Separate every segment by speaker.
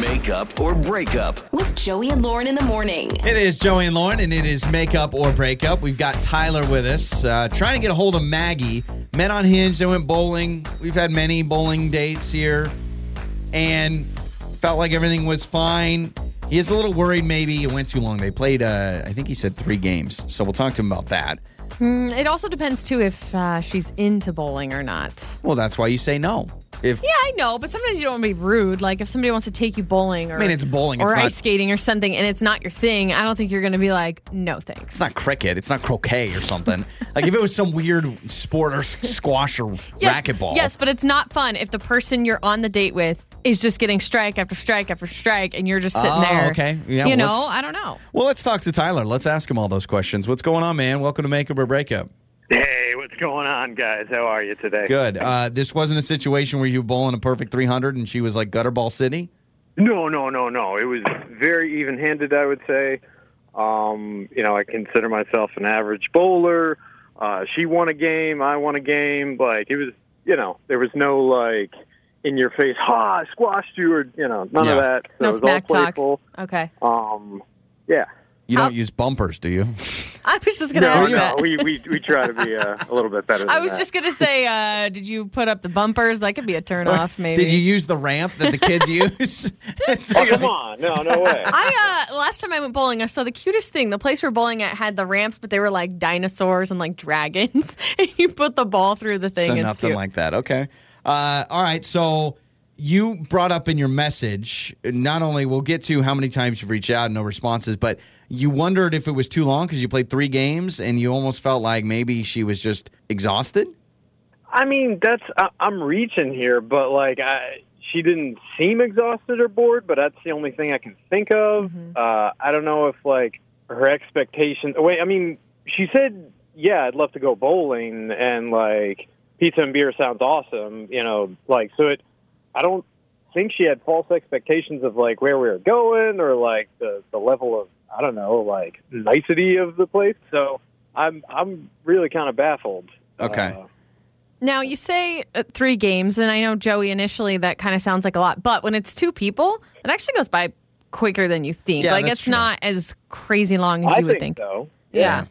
Speaker 1: Makeup or breakup.
Speaker 2: With Joey and Lauren in the morning.
Speaker 3: It is Joey and Lauren, and it is Makeup or Breakup. We've got Tyler with us, uh, trying to get a hold of Maggie. Met on Hinge, they went bowling. We've had many bowling dates here, and felt like everything was fine. He is a little worried maybe it went too long. They played, uh, I think he said three games. So we'll talk to him about that.
Speaker 4: It also depends too if uh, she's into bowling or not.
Speaker 3: Well, that's why you say no. If
Speaker 4: Yeah, I know, but sometimes you don't want to be rude. Like if somebody wants to take you bowling, or
Speaker 3: I mean, it's bowling,
Speaker 4: or
Speaker 3: it's
Speaker 4: ice
Speaker 3: not-
Speaker 4: skating or something, and it's not your thing, I don't think you're going to be like, no thanks.
Speaker 3: it's not cricket, it's not croquet or something. like if it was some weird sport or s- squash or
Speaker 4: yes,
Speaker 3: racquetball.
Speaker 4: Yes, but it's not fun if the person you're on the date with is just getting strike after strike after strike, and you're just sitting
Speaker 3: Oh,
Speaker 4: there.
Speaker 3: okay. Yeah,
Speaker 4: you
Speaker 3: well,
Speaker 4: know,
Speaker 3: let's-
Speaker 4: I don't know.
Speaker 3: Well, let's talk to Tyler. Let's ask him all those questions. What's going on, man? Welcome to Makeup or Breakup.
Speaker 5: Hey, what's going on, guys? How are you today?
Speaker 3: Good. Uh, this wasn't a situation where you were bowling a perfect 300 and she was like Gutterball City.
Speaker 5: No, no, no, no. It was very even-handed, I would say. Um, you know, I consider myself an average bowler. Uh, she won a game, I won a game. Like it was, you know, there was no like in your face, ha, I squashed you, or you know, none
Speaker 3: Yeah.
Speaker 5: of that. So
Speaker 4: No
Speaker 5: it was
Speaker 4: smack
Speaker 5: all
Speaker 4: talk.
Speaker 5: playful.
Speaker 4: Okay,
Speaker 5: Um, yeah.
Speaker 3: You
Speaker 4: How-
Speaker 3: don't use bumpers, do you?
Speaker 4: I was just going to
Speaker 5: no,
Speaker 4: ask
Speaker 5: no,
Speaker 4: that.
Speaker 5: we we we try to be uh, a little bit better. Than
Speaker 4: I was
Speaker 5: that.
Speaker 4: just gonna say, uh, did you put up the bumpers? That could be a turnoff, maybe.
Speaker 3: Did you use the ramp that the kids use? It's
Speaker 5: Oh,
Speaker 3: like-
Speaker 5: come on! No, no way.
Speaker 4: I uh, last time I went bowling, I saw the cutest thing. The place we're bowling at had the ramps, but they were like dinosaurs and like dragons. and you put the ball through the thing.
Speaker 3: So
Speaker 4: it's
Speaker 3: nothing
Speaker 4: cute.
Speaker 3: like that. Okay. Uh, all right. So you brought up in your message, not only we'll get to how many times you've reached out and no responses, but you wondered if it was too long because you played three games and you almost felt like maybe she was just exhausted.
Speaker 5: I mean, that's I, I'm reaching here, but like I, she didn't seem exhausted or bored, but that's the only thing I can think of. Uh, I don't know if like her expectations. Wait, I mean, she said, "Yeah, I'd love to go bowling," and like pizza and beer sounds awesome, you know. Like so, it. I don't think she had false expectations of like where we were going or like the the level of I don't know like nicety of the place. So I'm I'm really kind of baffled.
Speaker 3: Okay.
Speaker 5: Uh,
Speaker 4: Now you say uh, three games, and I know Joey initially that kind of sounds like a lot, but when it's two people, it actually goes by quicker than you think.
Speaker 3: Yeah,
Speaker 4: like
Speaker 3: that's
Speaker 4: it's
Speaker 3: true.
Speaker 4: not as crazy long as
Speaker 5: I
Speaker 4: you would think.
Speaker 5: so.
Speaker 4: Yeah.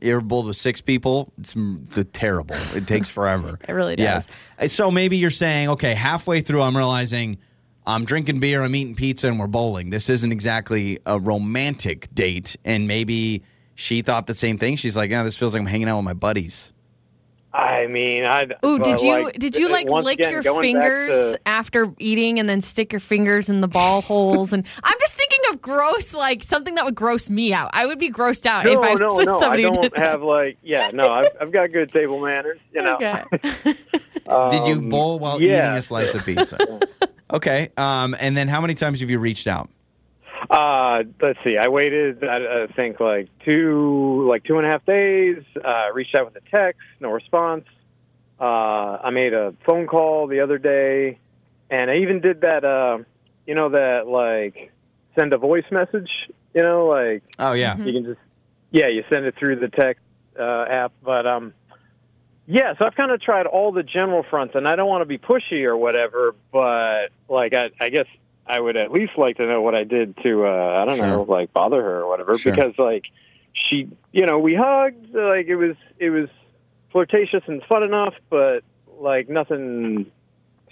Speaker 3: You ever bowled with six people? It's m- the terrible. It takes forever.
Speaker 4: It really does.
Speaker 3: Yeah. Uh, So maybe you're saying, okay, halfway through, I'm realizing I'm drinking beer, I'm eating pizza, and we're bowling. This isn't exactly a romantic date. And maybe she thought the same thing. She's like, yeah, this feels like I'm hanging out with my buddies.
Speaker 5: I mean, I.
Speaker 4: Ooh,
Speaker 5: but,
Speaker 4: did you
Speaker 5: like,
Speaker 4: did you like
Speaker 5: once
Speaker 4: lick
Speaker 5: again,
Speaker 4: your
Speaker 5: going back
Speaker 4: fingers
Speaker 5: to-
Speaker 4: after eating and then stick your fingers in the ball holes? And I'm just thinking of gross, like something that would gross me out. I would be grossed out if
Speaker 5: no,
Speaker 4: I
Speaker 5: no,
Speaker 4: was
Speaker 5: no. I
Speaker 4: somebody who did
Speaker 5: don't
Speaker 4: that.
Speaker 5: have like. Yeah, no. I've, I've got good table manners. You know.
Speaker 4: Okay.
Speaker 3: Did you
Speaker 5: Um,
Speaker 3: bowl while
Speaker 5: yeah.
Speaker 3: eating a slice of pizza? okay. Um, and then how many times have you reached out?
Speaker 5: Uh, let's see. I waited. I, I think like two, like two and a half days. Uh, reached out with a text, no response. Uh, I made a phone call the other day, and I even did that. Uh, you know that like send a voice message. You know, like
Speaker 3: Oh, yeah.
Speaker 4: Mm-hmm.
Speaker 5: You can just, yeah, you send it through the text uh, app. But um, yeah, so I've kind of tried all the general fronts, and I don't want to be pushy or whatever, but like I, I guess I would at least like to know what I did to, uh, I don't know,
Speaker 3: Sure.
Speaker 5: like bother her or whatever,
Speaker 3: Sure.
Speaker 5: because like she, you know, we hugged, like it was, it was flirtatious and fun enough, but like nothing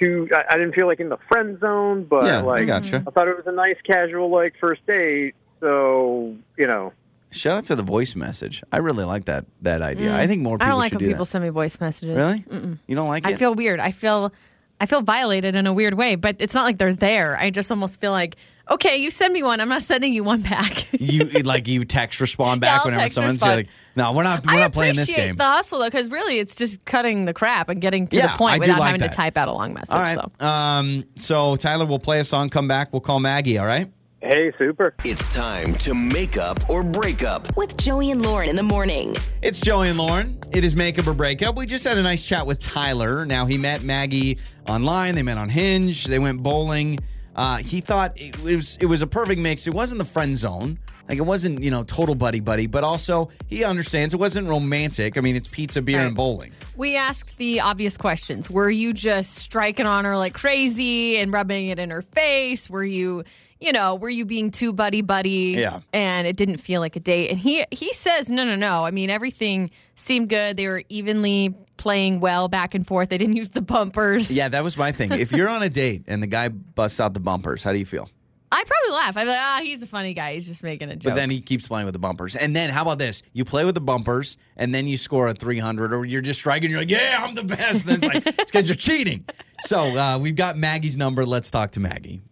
Speaker 5: too. I, I didn't feel like in the friend zone, but
Speaker 3: yeah, I
Speaker 5: like
Speaker 4: Mm-hmm.
Speaker 3: gotcha.
Speaker 5: I thought it was a nice casual like first date. So you know,
Speaker 3: Shout out to the voice message. I really like that that idea.
Speaker 4: Mm.
Speaker 3: I think more people
Speaker 4: I don't like
Speaker 3: should
Speaker 4: when
Speaker 3: do
Speaker 4: people
Speaker 3: that.
Speaker 4: send me voice messages.
Speaker 3: Really?
Speaker 4: Mm-mm.
Speaker 3: You don't like
Speaker 4: I
Speaker 3: it?
Speaker 4: feel weird. I feel I feel violated in a weird way, but it's not like they're there. I just almost feel like, okay, you send me one. I'm not sending you one back.
Speaker 3: you like you text respond back
Speaker 4: I'll
Speaker 3: whenever
Speaker 4: text
Speaker 3: someone's
Speaker 4: respond.
Speaker 3: like, "No, we're not. We're
Speaker 4: I
Speaker 3: not playing this
Speaker 4: appreciate
Speaker 3: game."
Speaker 4: the hustle though, because really it's just cutting the crap and getting to
Speaker 3: Yeah,
Speaker 4: the
Speaker 3: I
Speaker 4: point
Speaker 3: do
Speaker 4: without
Speaker 3: like
Speaker 4: having
Speaker 3: that.
Speaker 4: to type out a long message.
Speaker 3: all right.
Speaker 4: So.
Speaker 3: Um. So Tyler, we'll play a song. Come back. We'll call Maggie. All right.
Speaker 5: hey, super.
Speaker 1: It's time to make up or break up.
Speaker 2: With Joey and Lauren in the morning.
Speaker 3: It's Joey and Lauren. It is makeup or breakup. We just had a nice chat with Tyler. Now he met Maggie online. They met on Hinge. They went bowling. Uh, he thought it was it was a perfect mix. It wasn't the friend zone. Like it wasn't, you know, total buddy buddy, but also he understands it wasn't romantic. I mean, it's pizza, beer, and
Speaker 4: Right.
Speaker 3: bowling.
Speaker 4: We asked the obvious questions. Were you just striking on her like crazy and rubbing it in her face? Were you, you know, were you being too buddy buddy?
Speaker 3: Yeah.
Speaker 4: And it didn't feel like a date. And he he says no, no, no. I mean, everything seemed good. They were evenly playing well back and forth. They didn't use the bumpers.
Speaker 3: Yeah, that was my thing. If you're on a date and the guy busts out the bumpers, how do you feel?
Speaker 4: I probably laugh. I'm like, ah, he's a funny guy. He's just making a joke.
Speaker 3: But then he keeps playing with the bumpers. And then how about this? You play with the bumpers and then you score a 300 or you're just striking. You're like, yeah, I'm the best. And then it's like, it's because you're cheating. So uh, we've got Maggie's number. Let's talk to Maggie.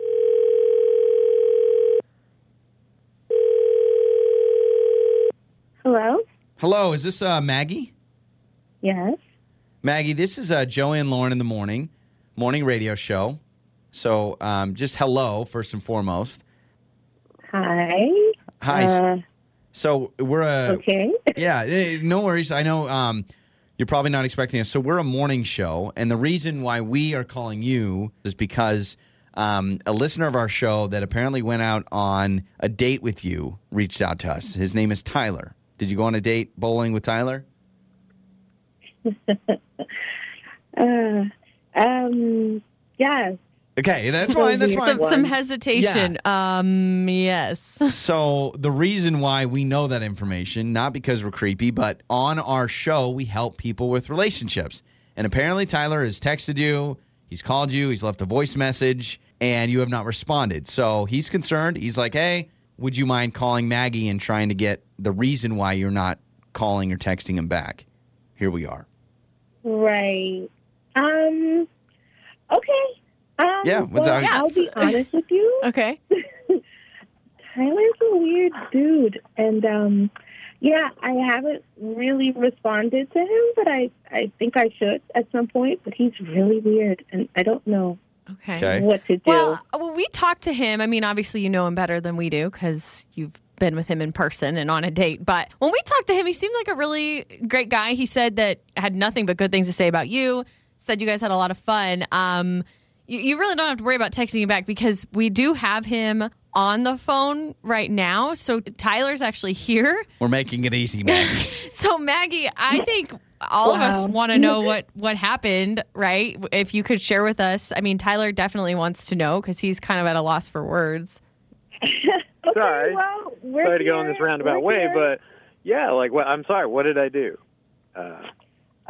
Speaker 6: Hello?
Speaker 3: Hello, is this uh, Maggie?
Speaker 6: Yes.
Speaker 3: Maggie, this is uh, Joey and Lauren in the morning, morning radio show. So um, just hello, first and foremost.
Speaker 6: Hi.
Speaker 3: Hi. s-
Speaker 6: Uh, oh.
Speaker 3: so we're a.
Speaker 6: okay.
Speaker 3: Yeah, eh, no worries. I know um, you're probably not expecting us. So we're a morning show, and the reason why we are calling you is because um, a listener of our show that apparently went out on a date with you reached out to us. His name is Tyler. Did you go on a date bowling with Tyler?
Speaker 6: Uh, um, yes.
Speaker 3: Okay, that's fine. That's fine.
Speaker 4: some, some hesitation. Um, yes.
Speaker 3: So the reason why we know that information, not because we're creepy, but on our show we help people with relationships. And apparently Tyler has texted you, he's called you, he's left a voice message, and you have not responded. So he's concerned. He's like, "Hey, would you mind calling Maggie and trying to get the reason why you're not calling or texting him back?" Here we are.
Speaker 6: Right. Um, okay. Um,
Speaker 3: Yeah, what's
Speaker 6: well,
Speaker 3: up?
Speaker 6: I'll be honest with you.
Speaker 4: Okay.
Speaker 6: Tyler's a weird dude. And, um, yeah, I haven't really responded to him, but I, I think I should at some point. But he's really weird, and I don't know
Speaker 4: Okay.
Speaker 3: Okay.
Speaker 6: what to do.
Speaker 4: Well, uh, well, we talked to him. I mean, obviously, you know him better than we do because you've been with him in person and on a date. But when we talked to him, he seemed like a really great guy. He said that had nothing but good things to say about you. Said you guys had a lot of fun. Um, you, you really don't have to worry about texting him back because we do have him on the phone right now. So Tyler's actually here.
Speaker 3: We're making it easy, Maggie.
Speaker 4: So Maggie, I think all of us
Speaker 6: Wow.
Speaker 4: want to know what what happened, right? If you could share with us, I mean, Tyler definitely wants to know because he's kind of at a loss for words.
Speaker 6: okay,
Speaker 5: sorry.
Speaker 6: well, we're
Speaker 5: Sorry to go in
Speaker 6: here.
Speaker 5: this roundabout
Speaker 6: We're
Speaker 5: way,
Speaker 6: here.
Speaker 5: but yeah, like what, I'm sorry. What did I do? Uh,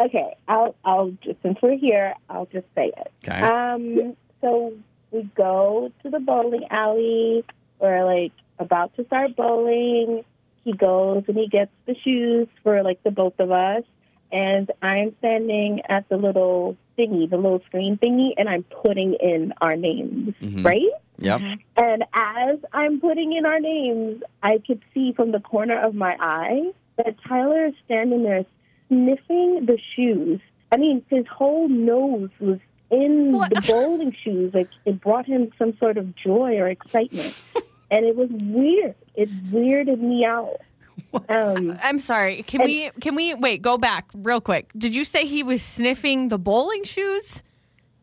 Speaker 6: Okay, I'll I'll just since we're here, I'll just say it.
Speaker 3: okay.
Speaker 6: Um, so we go to the bowling alley. We're like about to start bowling. He goes and he gets the shoes for like the both of us, and I'm standing at the little thingy, the little screen thingy, and I'm putting in our names,
Speaker 3: Mhm.
Speaker 6: right? Mm-hmm.
Speaker 3: Yep.
Speaker 6: And as I'm putting in our names, I could see from the corner of my eye that Tyler is standing there sniffing the shoes. I mean, his whole nose was in
Speaker 4: What?
Speaker 6: the bowling shoes. Like it brought him some sort of joy or excitement. and it was weird. It weirded me out. Um,
Speaker 4: I'm sorry. Can we can we wait? Go back real quick. Did you say he was sniffing the bowling shoes,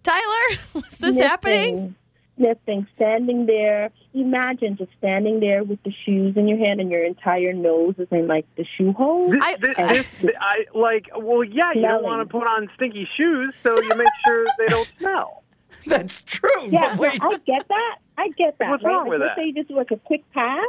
Speaker 4: Tyler? Was this happening?
Speaker 6: Nothing. Standing there. Imagine just standing there with the shoes in your hand and your entire nose is in like the shoe hole.
Speaker 5: This,
Speaker 4: I-
Speaker 5: this,
Speaker 6: I-
Speaker 5: this, I like. Well, yeah, you don't
Speaker 6: Smelling.
Speaker 5: want to put on stinky shoes, so you make sure they don't smell.
Speaker 3: That's true.
Speaker 6: Yeah,
Speaker 3: But
Speaker 6: no,
Speaker 3: wait.
Speaker 6: I get that. I get that.
Speaker 5: What's
Speaker 6: right?
Speaker 5: wrong
Speaker 6: Like,
Speaker 5: with
Speaker 6: let's
Speaker 5: that?
Speaker 6: Say you just do, like a quick pass,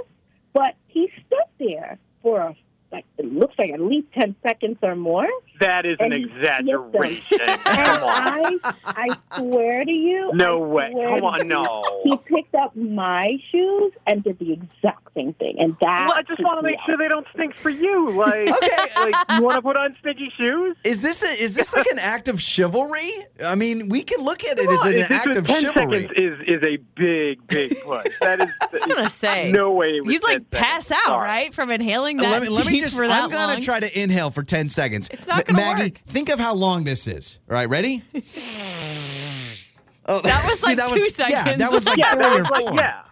Speaker 6: but he stuck there for a, like it looks like at least ten seconds or more.
Speaker 5: That is an
Speaker 6: And you them.
Speaker 5: exaggeration.
Speaker 6: And
Speaker 5: Come on.
Speaker 6: I, I swear to you,
Speaker 5: No
Speaker 6: I
Speaker 5: way.
Speaker 6: swear
Speaker 5: Come
Speaker 6: to
Speaker 5: on,
Speaker 6: you,
Speaker 5: no.
Speaker 6: He picked up my shoes and did the exact same thing, and that.
Speaker 5: Well, I just
Speaker 6: freaked
Speaker 5: want to
Speaker 6: me
Speaker 5: make
Speaker 6: out.
Speaker 5: sure they don't stink for you. Like,
Speaker 3: Okay.
Speaker 5: like you want to put on stinky shoes?
Speaker 3: Is this a, is this like an act of chivalry? I mean, we can look at it as
Speaker 5: Come on,
Speaker 3: an
Speaker 5: if this
Speaker 3: act
Speaker 5: was
Speaker 3: of
Speaker 5: 10
Speaker 3: chivalry.
Speaker 5: seconds is is a big, big push. That is.
Speaker 4: I'm gonna say.
Speaker 5: No way. It was
Speaker 4: You'd like
Speaker 5: 10 seconds.
Speaker 4: pass out,
Speaker 5: Sorry.
Speaker 4: right, from inhaling that
Speaker 3: Let me, let me
Speaker 4: deep
Speaker 3: just.
Speaker 4: for that
Speaker 3: I'm gonna
Speaker 4: long?
Speaker 3: try to inhale for ten seconds.
Speaker 4: It's not
Speaker 3: Ma-
Speaker 4: gonna
Speaker 3: Maggie,
Speaker 4: work.
Speaker 3: think of how long this is. All right, ready? Oh,
Speaker 4: That was
Speaker 3: see,
Speaker 4: like
Speaker 3: that
Speaker 4: two
Speaker 3: was, Yeah, that
Speaker 4: seconds.
Speaker 3: was like
Speaker 5: Yeah,
Speaker 3: three
Speaker 5: that
Speaker 3: or
Speaker 5: was like
Speaker 3: four.
Speaker 5: yeah.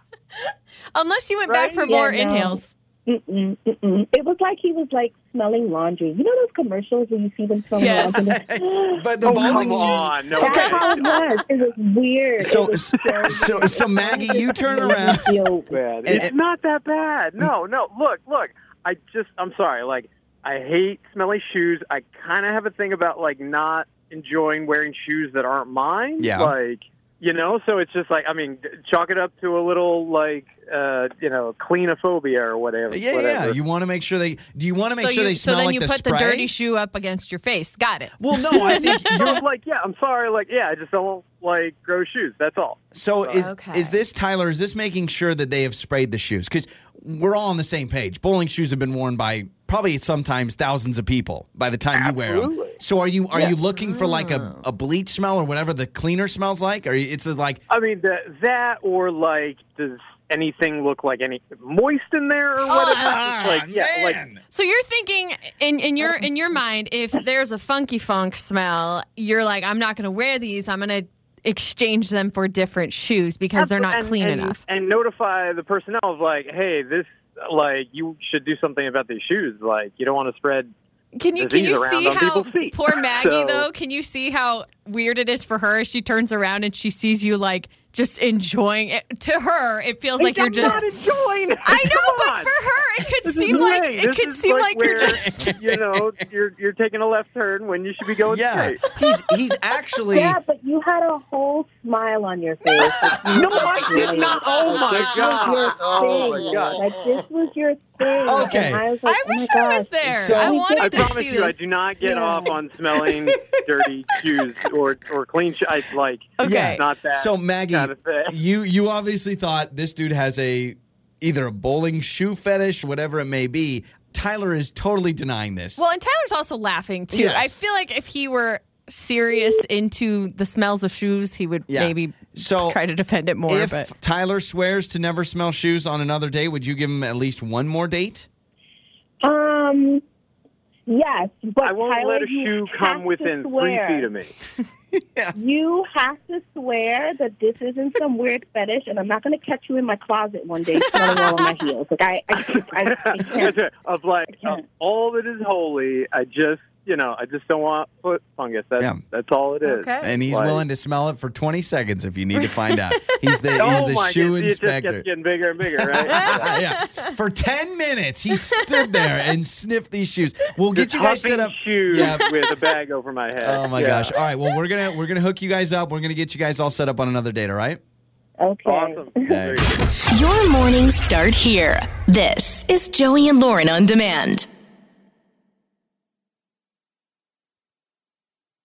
Speaker 4: Unless you went back
Speaker 5: Right?
Speaker 4: for
Speaker 6: Yeah,
Speaker 4: more
Speaker 6: no.
Speaker 4: inhales.
Speaker 6: mm-mm, mm-mm. It was like he was like smelling laundry. You know those commercials where you see them smelling
Speaker 4: Yes.
Speaker 6: laundry?
Speaker 3: But the
Speaker 5: Oh,
Speaker 3: bowling
Speaker 5: come
Speaker 3: shoes.
Speaker 5: on. No
Speaker 6: That's
Speaker 5: way.
Speaker 6: how it was. It was weird. It
Speaker 3: So,
Speaker 6: was
Speaker 3: so, so, so Maggie, you turn
Speaker 6: really
Speaker 3: around.
Speaker 6: cute.
Speaker 5: bad.
Speaker 3: And-
Speaker 5: it's
Speaker 3: and-
Speaker 5: not that bad. No, no. Look, look. I just, I'm sorry. Like, I hate smelly shoes. I kind of have a thing about like not enjoying wearing shoes that aren't mine.
Speaker 3: Yeah.
Speaker 5: Like, you know. So it's just like, I mean, chalk it up to a little like, uh, you know, cleanophobia or whatever.
Speaker 3: Yeah, yeah.
Speaker 5: whatever.
Speaker 3: You want to make sure they. Do you want to make
Speaker 4: so
Speaker 3: sure
Speaker 4: you,
Speaker 3: they smell
Speaker 4: so then
Speaker 3: like
Speaker 4: you
Speaker 3: the
Speaker 4: put
Speaker 3: spray?
Speaker 4: the dirty shoe up against your face. Got it.
Speaker 3: well, no, I think
Speaker 5: So,
Speaker 3: you're.
Speaker 5: like, yeah. I'm sorry. Like, yeah. I just don't like gross shoes. That's all.
Speaker 3: So is
Speaker 4: Okay.
Speaker 3: is this Tyler? Is this making sure that they have sprayed the shoes? Because we're all on the same page. Bowling shoes have been worn by probably sometimes thousands of people by the time you wear
Speaker 5: Absolutely.
Speaker 3: them. So are you are you looking for like a, a bleach smell or whatever the cleaner smells like? Or it's like
Speaker 5: I mean, that that or like, does anything look like any moist in there or
Speaker 4: Oh,
Speaker 5: whatever?
Speaker 4: ah,
Speaker 5: It's like, yeah, like.
Speaker 4: So you're thinking in, in your in your mind, if there's a funky funk smell, you're like, I'm not gonna wear these, I'm gonna exchange them for different shoes because they're not
Speaker 5: And-
Speaker 4: clean
Speaker 5: and-
Speaker 4: enough.
Speaker 5: And notify the personnel of like, hey, this like you should do something about these shoes. Like you don't want to spread.
Speaker 4: Can you can
Speaker 5: disease
Speaker 4: you
Speaker 5: around
Speaker 4: see
Speaker 5: on
Speaker 4: how
Speaker 5: people's feet.
Speaker 4: poor Maggie
Speaker 5: So-
Speaker 4: though? Can you see how weird it is for her? She turns around and she sees you like just enjoying it. To her, it feels like you're
Speaker 5: I'm
Speaker 4: just.
Speaker 5: not enjoying.
Speaker 4: I know, but for her, it could seem like it could seem like, you're
Speaker 5: where,
Speaker 4: just.
Speaker 5: you know you're you're taking a left turn when you should be going
Speaker 3: yeah,
Speaker 5: straight.
Speaker 3: he's he's actually.
Speaker 6: Yeah, but you had a whole smile on your face.
Speaker 5: No, I did not. Oh my god. Oh my god.
Speaker 6: Like this was your thing.
Speaker 3: Okay.
Speaker 6: And I was like,
Speaker 4: I
Speaker 6: oh
Speaker 4: wish
Speaker 6: my
Speaker 4: I was
Speaker 6: gosh.
Speaker 4: there.
Speaker 3: So-
Speaker 4: I
Speaker 6: We
Speaker 4: wanted
Speaker 5: I
Speaker 4: to
Speaker 5: promise
Speaker 4: see
Speaker 5: you, I
Speaker 4: this.
Speaker 5: do not get
Speaker 6: Yeah.
Speaker 5: off on smelling dirty shoes or or clean shoes. I like
Speaker 4: Okay.
Speaker 5: not that.
Speaker 3: So Maggie,
Speaker 5: kind of thing.
Speaker 3: you you obviously thought this dude has a either a bowling shoe fetish, whatever it may be. Tyler is totally denying this.
Speaker 4: Well, and Tyler's also laughing too.
Speaker 3: Yes.
Speaker 4: I feel like if he were serious into the smells of shoes, he would
Speaker 3: Yeah.
Speaker 4: maybe
Speaker 3: So
Speaker 4: try to defend it more.
Speaker 3: if
Speaker 4: but
Speaker 3: Tyler swears to never smell shoes on another date, would you give him at least one more date?
Speaker 6: Um. Yes, but
Speaker 5: I won't
Speaker 6: Tyler,
Speaker 5: let a
Speaker 6: you
Speaker 5: shoe
Speaker 6: have
Speaker 5: come
Speaker 6: to
Speaker 5: within three
Speaker 6: swear.
Speaker 5: feet of me.
Speaker 6: You have to swear that this isn't some weird fetish, and I'm not going to catch you in my closet one day smelling all of my heels. Like I, I, I, I
Speaker 5: That's
Speaker 6: can't.
Speaker 5: right. of like
Speaker 6: I
Speaker 5: of
Speaker 6: can't.
Speaker 5: all that is holy. I just you know I just don't want foot fungus. That's
Speaker 3: Yeah.
Speaker 5: that's all it is.
Speaker 4: Okay.
Speaker 3: And he's
Speaker 5: Like-
Speaker 3: willing to smell it for 20 seconds if you need to find out. He's the,
Speaker 5: Oh
Speaker 3: he's the
Speaker 5: my
Speaker 3: shoe
Speaker 5: goodness, It just
Speaker 3: inspector. Ah,
Speaker 5: kept getting bigger and bigger, right?
Speaker 3: yeah. For 10 minutes, he stood there and sniffed these shoes. We'll get you guys set
Speaker 5: Huffing
Speaker 3: up.
Speaker 5: shoes
Speaker 3: Yeah.
Speaker 5: with a bag over my head.
Speaker 3: Oh my
Speaker 5: Yeah.
Speaker 3: gosh. All right, well we're going to we're going to hook you guys up. We're going to get you guys all set up on another date, all right?
Speaker 6: Okay.
Speaker 5: Awesome.
Speaker 3: Okay.
Speaker 2: Your mornings start here. This is Joey and Lauren on demand.